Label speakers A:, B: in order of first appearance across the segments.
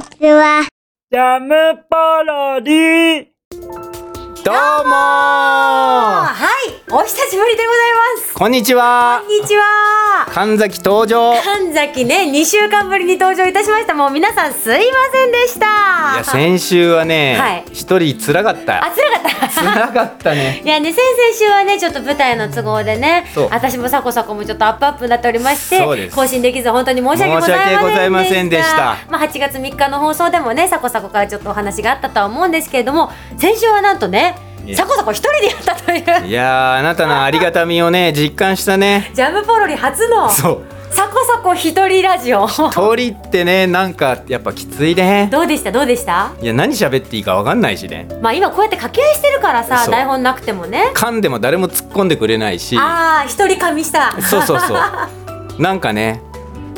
A: ちは。
B: ジャムパロディ
C: どう
D: あ
C: も
D: はい、お久しぶりでございます。
C: こんにちは
D: こんにちは。
C: 神崎登 場い
D: 神崎ね、2週間ぶりに登場いたしました。もう皆さんすいませんでした。
C: や先週は
D: はい
C: ね一、人つらかった
D: あ、つらかっ
C: つらかったね
D: た。いやね、先々週はね、ちょっと舞台の都合でね
C: そう、
D: 私もさこさこもちょっとアップアップになっておりまし
C: そうで
D: て、
C: す
D: 更新できず本当に申し訳ございませんでした。
C: 申し訳ございませんでした
D: まあ8月3日の放送でもね、さこさこからちょっとお話があったとは思うんですけれども、先週はなんとね
C: い、え
D: さこさこ一人でやったという、
C: いやーあなたのありがたみをね実感したね
D: ジャムポロリ初の、さ
C: そう
D: こさこ一人ラジオ。
C: 鳥ってねなんかやっぱきついね
D: どうでしたどうでした
C: いや何喋っていいかわかんないしね
D: まあ今こうやって掛け合いしてるからさ
C: そう
D: 台本なくてもね
C: 噛んでも誰も突っ込んでくれないし
D: ああ一人噛み した
C: そうそうそうなんかね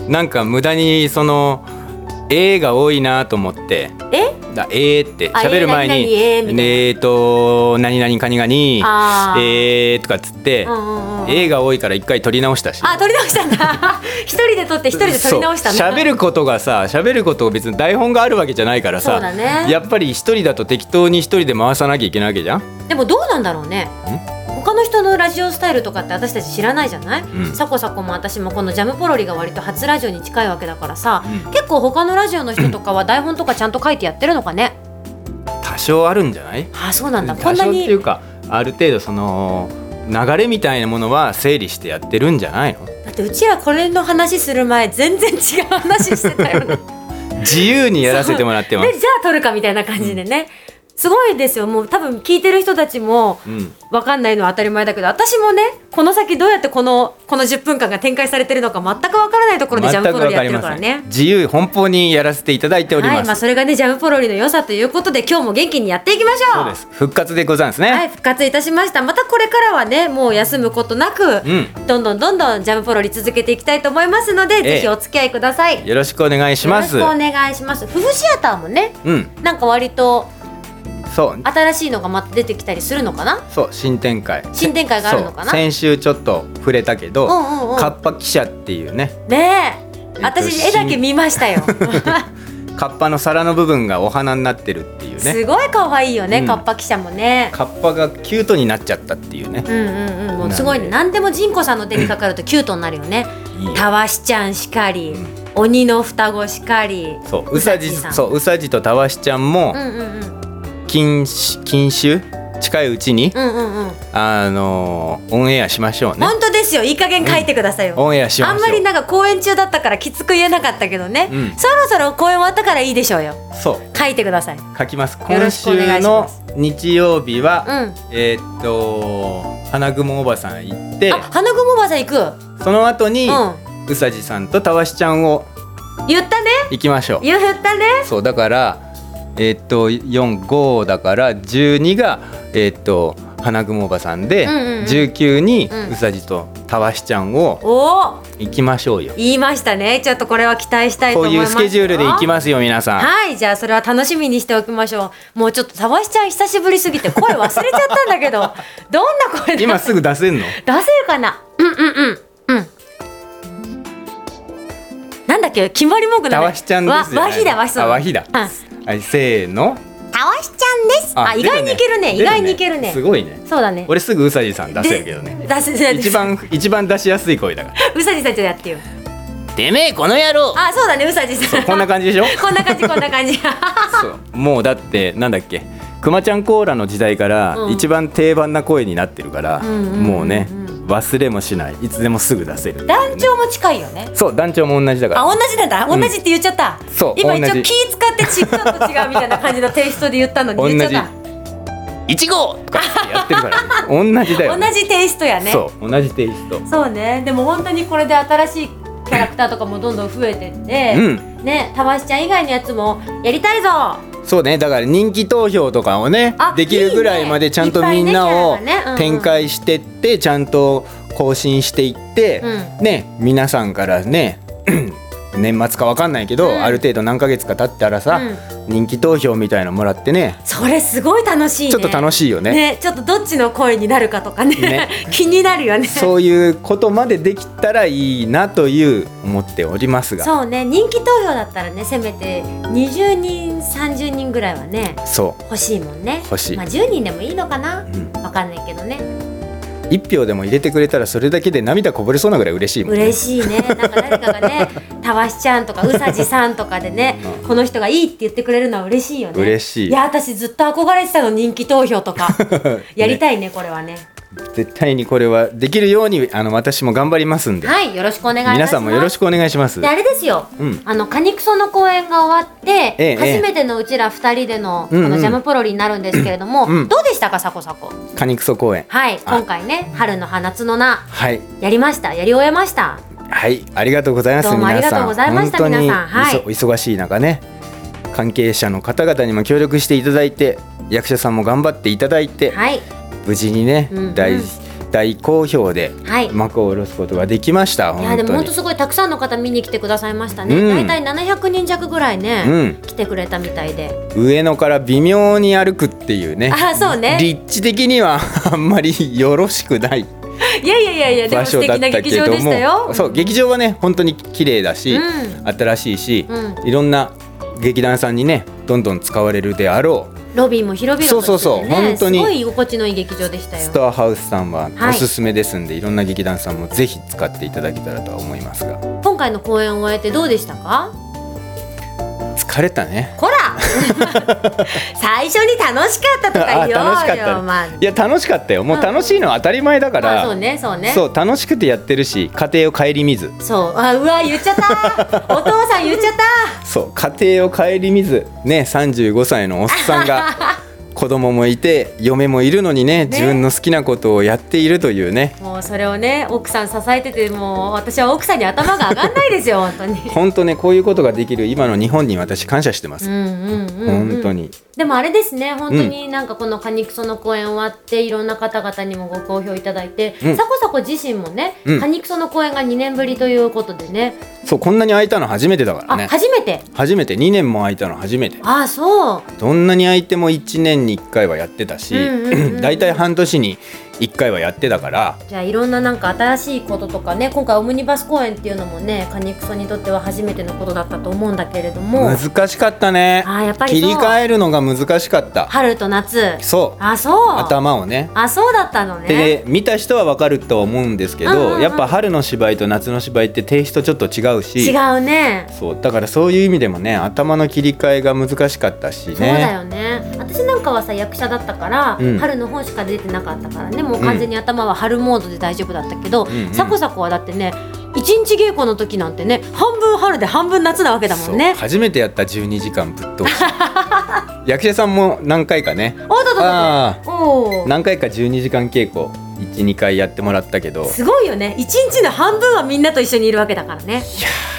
C: なんか無駄にその「え」が多いなと思って
D: え
C: だえーって
D: あ
C: 喋る前に「
D: えー何々えーみたいな
C: えーと何々カニガニ」
D: あ
C: 「
D: ー
C: えー」とかっつって
D: うんうんうん
C: 「えー」が多いから一回撮り直したし
D: あ撮り直したん だ一人で撮って一人で撮り直したん
C: そう
D: だ
C: 喋ることがさ喋ることを別に台本があるわけじゃないから
D: そ
C: さ
D: うだね
C: やっぱり一人だと適当に一人で回さなきゃいけないわけじゃん
D: でもどうなんだろうね他の人のラジオスタイルとかって私たち知らないじゃない、
C: ん
D: サコサコも私もこのジャムポロリが割と初ラジオに近いわけだからさ、
C: うん
D: 結構他のラジオの人とか は台本とかちゃんと書いてやってるのかね
C: 多少あるんじゃない
D: ああそうなんだこ
C: 多
D: んな
C: 少ってい
D: に
C: うかある程度その流れみたいなものは整理してやってるんじゃないの
D: だってうちらこれの話する前全然違う話してたよね
C: 自由にやらせてもらっ てます
D: でじゃあ撮るかみたいな感じでね、すごいですよもう多分聞いてる人たちも
C: うん
D: 分かんないのは当たり前だけど私もねこの先どうやってこのこの10分間が展開されてるのか全く分からないところでジャムポロリやってるからね。
C: 自由奔放にやらせていただいており
D: は
C: ま
D: い、
C: す、
D: まあ、それがねジャムポロリの良さということで今日も元気にやっていきましょう
C: そうです復活でございますね、
D: はい復活いたしましたまたこれからはねもう休むことなく、
C: う
D: どんどんどんどんジャムポロリ続けていきたいと思いますので、
C: え
D: ぜひお付き合いください
C: よろしくお願いします
D: よろしくお願いします夫婦シアターもね
C: うん
D: なんか割と
C: そう
D: 新しいのがまた出てきたりするのかな
C: そう新展開
D: 新展開があるのかな
C: そう先週ちょっと触れたけど、
D: うんうんうん
C: カッパ記者っていうね
D: ね
C: えっ
D: え
C: と
D: 私
C: 新
D: 絵だけ見ましたよ
C: カッパの皿の部分がお花になってるっていう ね
D: すごい可愛いよ
C: う
D: ね
C: ん
D: カッパ記者もね
C: カッパがキュートになっちゃったっていうね
D: うんうんうんもうすごいね何でもジンコさんの手にかかるとキュートになるよね
C: いいよ
D: たわしちゃんしかり
C: うん
D: 鬼の双子しかり
C: そううさじ
D: うさじさん
C: そううさじとたわしちゃんも
D: うんうんうん
C: 近し近週近いうちに、
D: うんうんうん
C: あのーオンエアしましょうね
D: 本当ですよいい加減書いてくださいよ
C: オンエアしましょう
D: あんまりなんか公演中だったからきつく言えなかったけどね
C: うん
D: そろそろ公演終わったからいいでしょうよ
C: そう
D: 書いてください
C: 書きます
D: よろ
C: 今
D: しくお願い
C: 週
D: し
C: の
D: ます
C: 日曜日は、
D: うん
C: えーっと花雲おばさん行って
D: あ花雲おばさん行く
C: その後に、
D: う
C: うさじさんとたわしちゃんを
D: ん言ったね
C: 行きましょ
D: 言ったね
C: うそうだからえーっと45だから12がえーっと花雲おばさんで、
D: うんうんうん
C: 19に
D: うん
C: うさじとたわしちゃんを
D: おお
C: 行きましょうよ、
D: 言いましたねちょっとこれは期待したいと
C: こう
D: 思い
C: い
D: ま
C: う
D: す
C: スケジュールで行き
D: す
C: ますよ皆さん、
D: はいじゃあそれは楽しみにしておきましょうもうちょっとたわしちゃん久しぶりすぎて声忘れちゃったんだけ どどんな声で
C: 今すぐ出 せんの
D: 出せるかなうんうんうんうんなんだっけ決まり文句な
C: た
D: んだ
C: わしちゃんですよ、
D: わわひだわひそう
C: あわひだ、
D: うんたわし
C: はい、せーの
D: ちゃんですあ意外にいけるね
C: 出
D: 意外にいけるね
C: すごいね
D: そうだね
C: 俺すぐうさじさん出せるけどね
D: 出せ
C: 一番一番出しやすい声だか
D: うさじさんちょっとやってよ
C: らてめえこの野郎
D: あそうだねうさじさん
C: こんな感じでしょ
D: こんな感じこんな感じ
C: そうもうだってなんだっけくまちゃんコーラの時代から
D: うん
C: 一番定番な声になってるから、
D: んうんうんうん
C: もうね忘れもしないいつでもすぐ出せる
D: 団長も近いよね
C: そう団長も同じだから
D: あ同じなんだ同
C: ん
D: じって言っちゃった、
C: そう
D: 今一
C: 同
D: 応
C: じ
D: 気使ってちちょっと違うみたいな感じのテイストで言ったの
C: 同
D: に
C: じ
D: 言っちゃった
C: いちごとかってやってる から、ね、同じだよ、
D: 同じテイストやね
C: そう同じテイスト
D: そうねでも本当にこれで新しいキャラクターとかもどんどん増えてって、
C: う
D: ねたわしちゃん以外のやつもやりたいぞ
C: そうねだから人気投票とかをね
D: あ
C: できるぐらいまでちゃんとみんないを
D: いねいっぱいねキャラがねうんうん
C: 展開してってちゃんと更新していって、
D: う
C: ね皆さんからね 年末かわかんないけど、
D: うん
C: ある程度何ヶ月か経ったらさ、人気投票みたいのもらってね
D: それすごい楽しいね
C: ちょっと楽しいよね
D: ねちょっとどっちの声になるかとかね
C: ね
D: 気になるよね
C: そういうことまでできたらいいなという思っておりますが
D: そうね人気投票だったらねせめて20人30人ぐらいはね
C: そ
D: 欲しいもんね
C: 欲しい
D: まあ、10人でもいいのかな
C: う、うん、
D: わかんないけどね
C: 1票でも入れてくれたらそれだけで涙こぼれそうなぐらい嬉しいもんね
D: 嬉しいねなんか誰かがね たわしちゃんとかうさじさんとかでねこの人がいいって言ってくれるのは嬉しいよね
C: 嬉しい
D: いや私ずっと憧れてたの人気投票と かやりたいねこれはね
C: 絶対にこれはできるようにあの私も頑張りますんで
D: はいよろしくお願いいたします
C: 皆さんもよろしくお願いします
D: であれですよ、
C: うん
D: あのカニクソの公演が終わって、
C: ええ
D: 初めてのうちら二人での,、
C: うんうん
D: あのジャムポロリになるんですけれども、
C: うん
D: どうでしたかサコサコ
C: カニクソ公演
D: はい今回ね春の花夏の名
C: はい
D: やりましたやり終えました
C: はいありがとうございます
D: どうもありが
C: 皆
D: と
C: さ
D: うんございました
C: 本当に
D: 皆さんはい
C: いそ忙しい中ね関係者の方々にも協力していただいて役者さんも頑張っていただいて、
D: はい
C: 無事にね、
D: うんうん
C: 大大好評で
D: はい
C: 幕を下ろすことができました
D: いやで
C: 本
D: も
C: 当
D: 本
C: に
D: 当すごいたくさんの方見に来てくださいましたね、
C: う
D: 大
C: ん
D: 体700人弱ぐらいね、
C: うん
D: 来てくれたみたいで
C: 上野から微妙に歩くっていうね
D: あそうね
C: 立地的には あんまりよろしくない
D: いやいやいやいやでも
C: 場
D: 素
C: 所だっ
D: 敵な
C: たけ
D: 劇場
C: ど
D: でしたよ
C: もそう劇場はね本当に綺麗だし、
D: う
C: 新しいし、
D: う
C: いろんな劇団さんにねどんどん使われるであろう
D: ロビーも広々として、ね、
C: そうそうそう本当に
D: すごい居心地のいい劇場でしたよ
C: ストアハウスさんは
D: はい
C: おすすめですんで、い、ろんな劇団さんもぜひ使っていただけたらとは思いますが
D: 今回の公演を終えてどうでしたか
C: 疲れたね
D: こら 最初に楽しかったとか言おうよ
C: あ楽しかったね
D: まあ
C: いや楽しかったよもう楽しいのは当たり前だから、
D: まあそうねそうね
C: そう楽しくてやってるし家庭を顧みず
D: そうあうわ言っちゃった お父さん言っちゃった
C: そう家庭を顧みずね35歳のおっさ んが子供もいて嫁もいるのにね自分の好きなことをやっているというね
D: もうそれをね奥さん支えててもう私は奥さんに頭が上がんないですよ本当 に
C: 本当ねこういうことができる今の日本に私感謝してま
D: う
C: す、
D: んうんうん、うん、
C: 本当に
D: でもあれですね本当になんかこの「カニクソ」の公演終わっていろんな方々にもご好評いただいて、
C: うん
D: サコサコ自身もね、
C: うん
D: カニクソの公演が2年ぶりということでね
C: そうこんなに空いたの初めてだから
D: あ、
C: ね
D: 初めて
C: 初めて2年も空いたの初めて
D: ああそう
C: どんなに空いても1年に1回はやってたし
D: うんうんうんうん
C: 大体半年に1回はやってたから
D: じゃあいろんななんか新しいこととかね今回オムニバス公演っていうのもねカニクソにとっては初めてのことだったと思うんだけれども
C: 難しかったね
D: あーやっぱり
C: 切
D: そう
C: り替えるのが難しかった
D: 春と夏
C: そう
D: あそう
C: 頭をね
D: あそうだったのね
C: で見た人はわかると思うんですけど、
D: うんうんうん
C: やっぱ春の芝居と夏の芝居ってテイストちょっと違うし
D: 違うね
C: そうだからそういう意味でもね頭の切り替えが難しかったしね
D: そうだよね私なんかはさ役者だったから、
C: うん
D: 春の本しか出てなかったからねもう完全に頭は春モードで大丈夫だったけど、
C: んうん
D: サコサコはだってね一日稽古の時なんてね半分春で半分夏なわけだもんね
C: そう初めてやった12時間ぶ っ通し役者さんも何回かね
D: おっとっとっとっ
C: あ
D: とお
C: あ
D: ー
C: 何回か12時間稽古12回やってもらったけど
D: すごいよね一日の半分はみんなと一緒にいるわけだからね
C: あ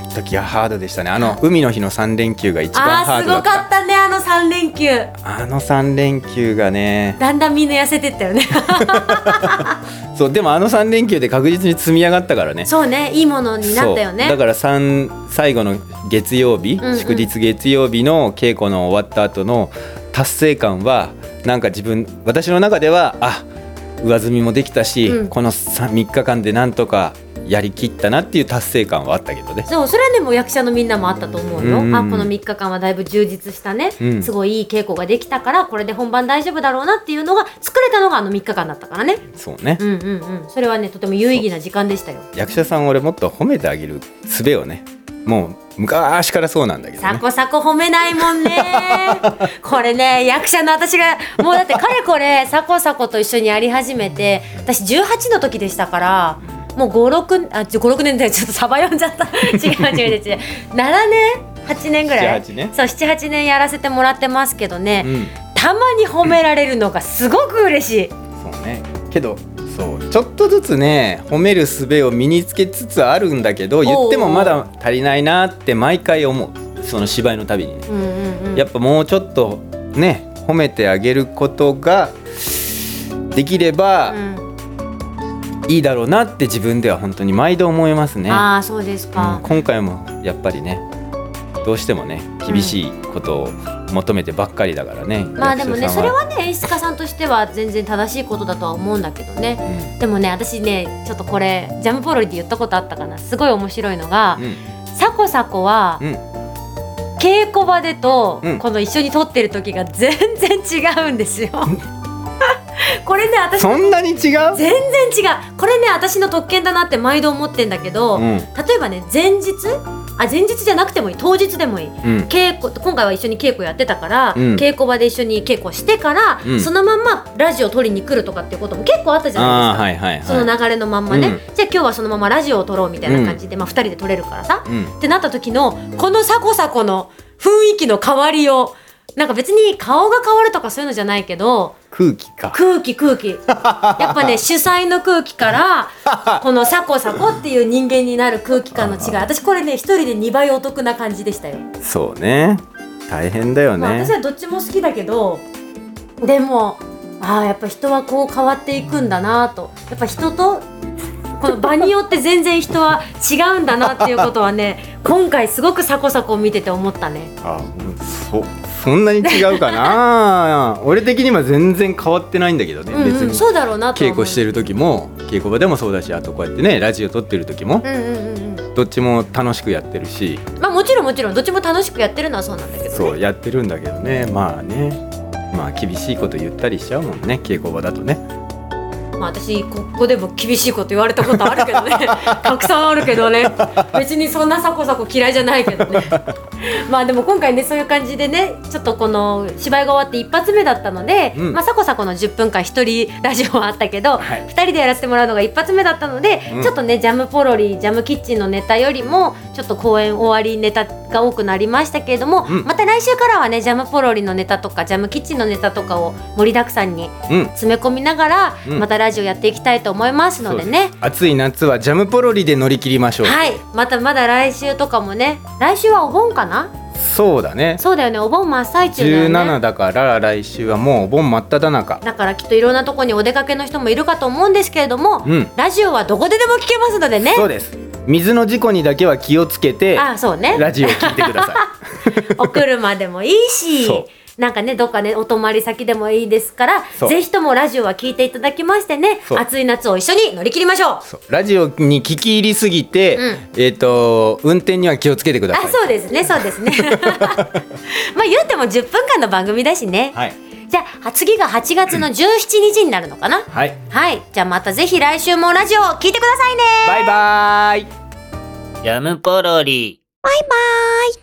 C: の時はハードでしたねあの海の日の3連休が一番
D: あ
C: ハ
D: ー
C: ー
D: すご
C: ドだった
D: かったねあの3連休
C: あの3連休がね
D: だんだんみんな痩せてったよ ね
C: そうでもあの3連休で確実に積み上がったからね
D: そうねいいものになったよね
C: そうだから3最後の月曜日、
D: んうん
C: 祝日月曜日の稽古の終わった後の達成感はなんか自分私の中ではあ上積みもできたし、
D: うん
C: この 3, 日間でなんとかやりきったなっていう達成感はあったけどね
D: そうそれはねもう役者のみんなもあったと思うよ、
C: うんうん
D: あこの3日間はだいぶ充実したね、
C: うん
D: すごいいい稽古ができたからこれで本番大丈夫だろうなっていうのが作れたのがあの3日間だったからね
C: そうね、
D: うんうんうんそれはねとても有意義な時間でしたよ
C: 役者さんを俺もっと褒めてあげる術をねもう昔からそうなんだけど
D: サ
C: ね
D: コサコ褒めないも んねこれね役者の私がもうだってかれこれサコサコと一緒にやり始めて私18の時でしたからもう56あ56年でちょっとサバ読んじゃった違う違う違う違う7年8年ぐらい
C: 78ね
D: そう78年やらせてもらってますけどね、
C: うん
D: たまに褒められるのがすごく嬉しい
C: そうねけどそうちょっとずつね褒める術を身につけつつあるんだけど
D: うおう
C: 言ってもまだ足りないなって毎回思うその芝居のたびにね、
D: うんうんうん
C: やっぱもうちょっとね褒めてあげることができれば
D: うん
C: いいだろうなって自分では本当に毎度思いますね、
D: ああそうです
C: うん
D: か、
C: 今回もやっぱりねどうしてもね厳しいことを求めてばっかりだからね、
D: まあでもね
C: 役
D: そ
C: 者さん
D: れはね演出家さんとしては全然正しいことだとは思うんだけどね
C: う
D: でもね私ねちょっとこれジャムポロリで言ったことあったかなすごい面白いのが
C: ん、うん
D: サコサコは、
C: うん
D: 稽古場でと、
C: うん
D: この一緒に撮ってる時が全然違うんですよ これね私
C: そんなに違う、
D: 全然違うこれね私の特権だなって毎度思ってんだけど、
C: うん
D: 例えばね前日あ前日じゃなくてもいい当日でもいい
C: うん、
D: 稽古今回は一緒に稽古やってたから、
C: うん
D: 稽古場で一緒に稽古してから、
C: うん
D: そのまんまラジオ撮りに来るとかっていうことも結構あったじゃない
C: あ
D: です
C: あー
D: か。
C: はいはい
D: その
C: は
D: 流れのまんまね、
C: うん
D: じゃあ今日はそのままラジオを撮ろうみたいな感じで、まあ、2人で撮れるからさ、
C: い、うん、
D: ってなった時のこのサコサコの雰囲気の変わりをなんか別に顔が変わるとかそういうのじゃないけど
C: 空気か
D: 空気 空気やっぱね主催の空気からこのサコサコっていう人間になる空気感の違い私これね一人で2倍お得な感じでしたよ、
C: そうね大変だよ
D: まあ、
C: ね
D: 私、はどっちも好きだけどでもああやっぱ人はこう変わっていくんだなとやっぱ人とこの場によって全然人は違うんだなっていうことはね 今回すごくサコサコを見てて思ったね。
C: あうんそそんなに違うかな 俺的には全然変わってないんだけどね、
D: うん
C: 別
D: うん、
C: に
D: そうだろうなと
C: 稽
D: 思う
C: 古してる時も稽古場でもそうだしあとこうやってねラジオ撮ってる時も、
D: うんうんうんう
C: どっちも楽しくやってるし
D: んまあもちろんもちろんどっちも楽しくやってるのはそうなんだけどね
C: そうやってるんだけどねまあねまあ厳しいこと言ったりしちゃうもんね稽古場だとね
D: まあ私ここでも厳しいこと言われたことあるけ どねたくさんあるけどね別にそんなサコサコ嫌いじゃないけど ねまあでも今回ねそういう感じでねちょっとこの芝居が終わって一発目だったので、
C: うん
D: まあサコサコの10分間一人ラジオはあったけど、
C: はい
D: 2人でやらせてもらうのが一発目だったので、
C: うん
D: ちょっとねジャムポロリジャムキッチンのネタよりもちょっと公演終わりネタが多くなりましたけれども、
C: うん
D: また来週からはねジャムポロリのネタとかジャムキッチンのネタとかを盛りだくさんに
C: うん
D: 詰め込みながら、
C: うん
D: またラジオやっていきたいと思いますのでね
C: そうす暑い夏はジャムポロリで乗り切りましょう、
D: はいまたまだ来週とかもね来週はお盆かな
C: そうだね
D: そうだよねお盆真っ最中だよね
C: 17だから来週はもうお盆真っ只中
D: だからきっといろんなとこにお出かけの人もいるかと思うんですけれども、
C: うん
D: ラジオはどこででも聞けますのでね
C: そうです水の事故にだけは気をつけて
D: あそうね
C: ラジオ聞いて ください
D: お車でもいいし
C: そ
D: なんかねどっかねお泊まり先でもいいですから
C: そう
D: ぜひともラジオは聞いていただきましてね
C: そう
D: 暑い夏を一緒に乗り切りましょう
C: そうラジオに聞き入りすぎて、えっ、と運転には気をつけてください
D: あそうですねそうですね まあ言うても10分間の番組だしね、
C: はい
D: じゃあ次が8月の17日になるのかな
C: はい
D: はいじゃあまたぜひ来週もラジオ聞いてくださいね
C: バイバーイ
B: ジャムポロリ。
D: バイバイ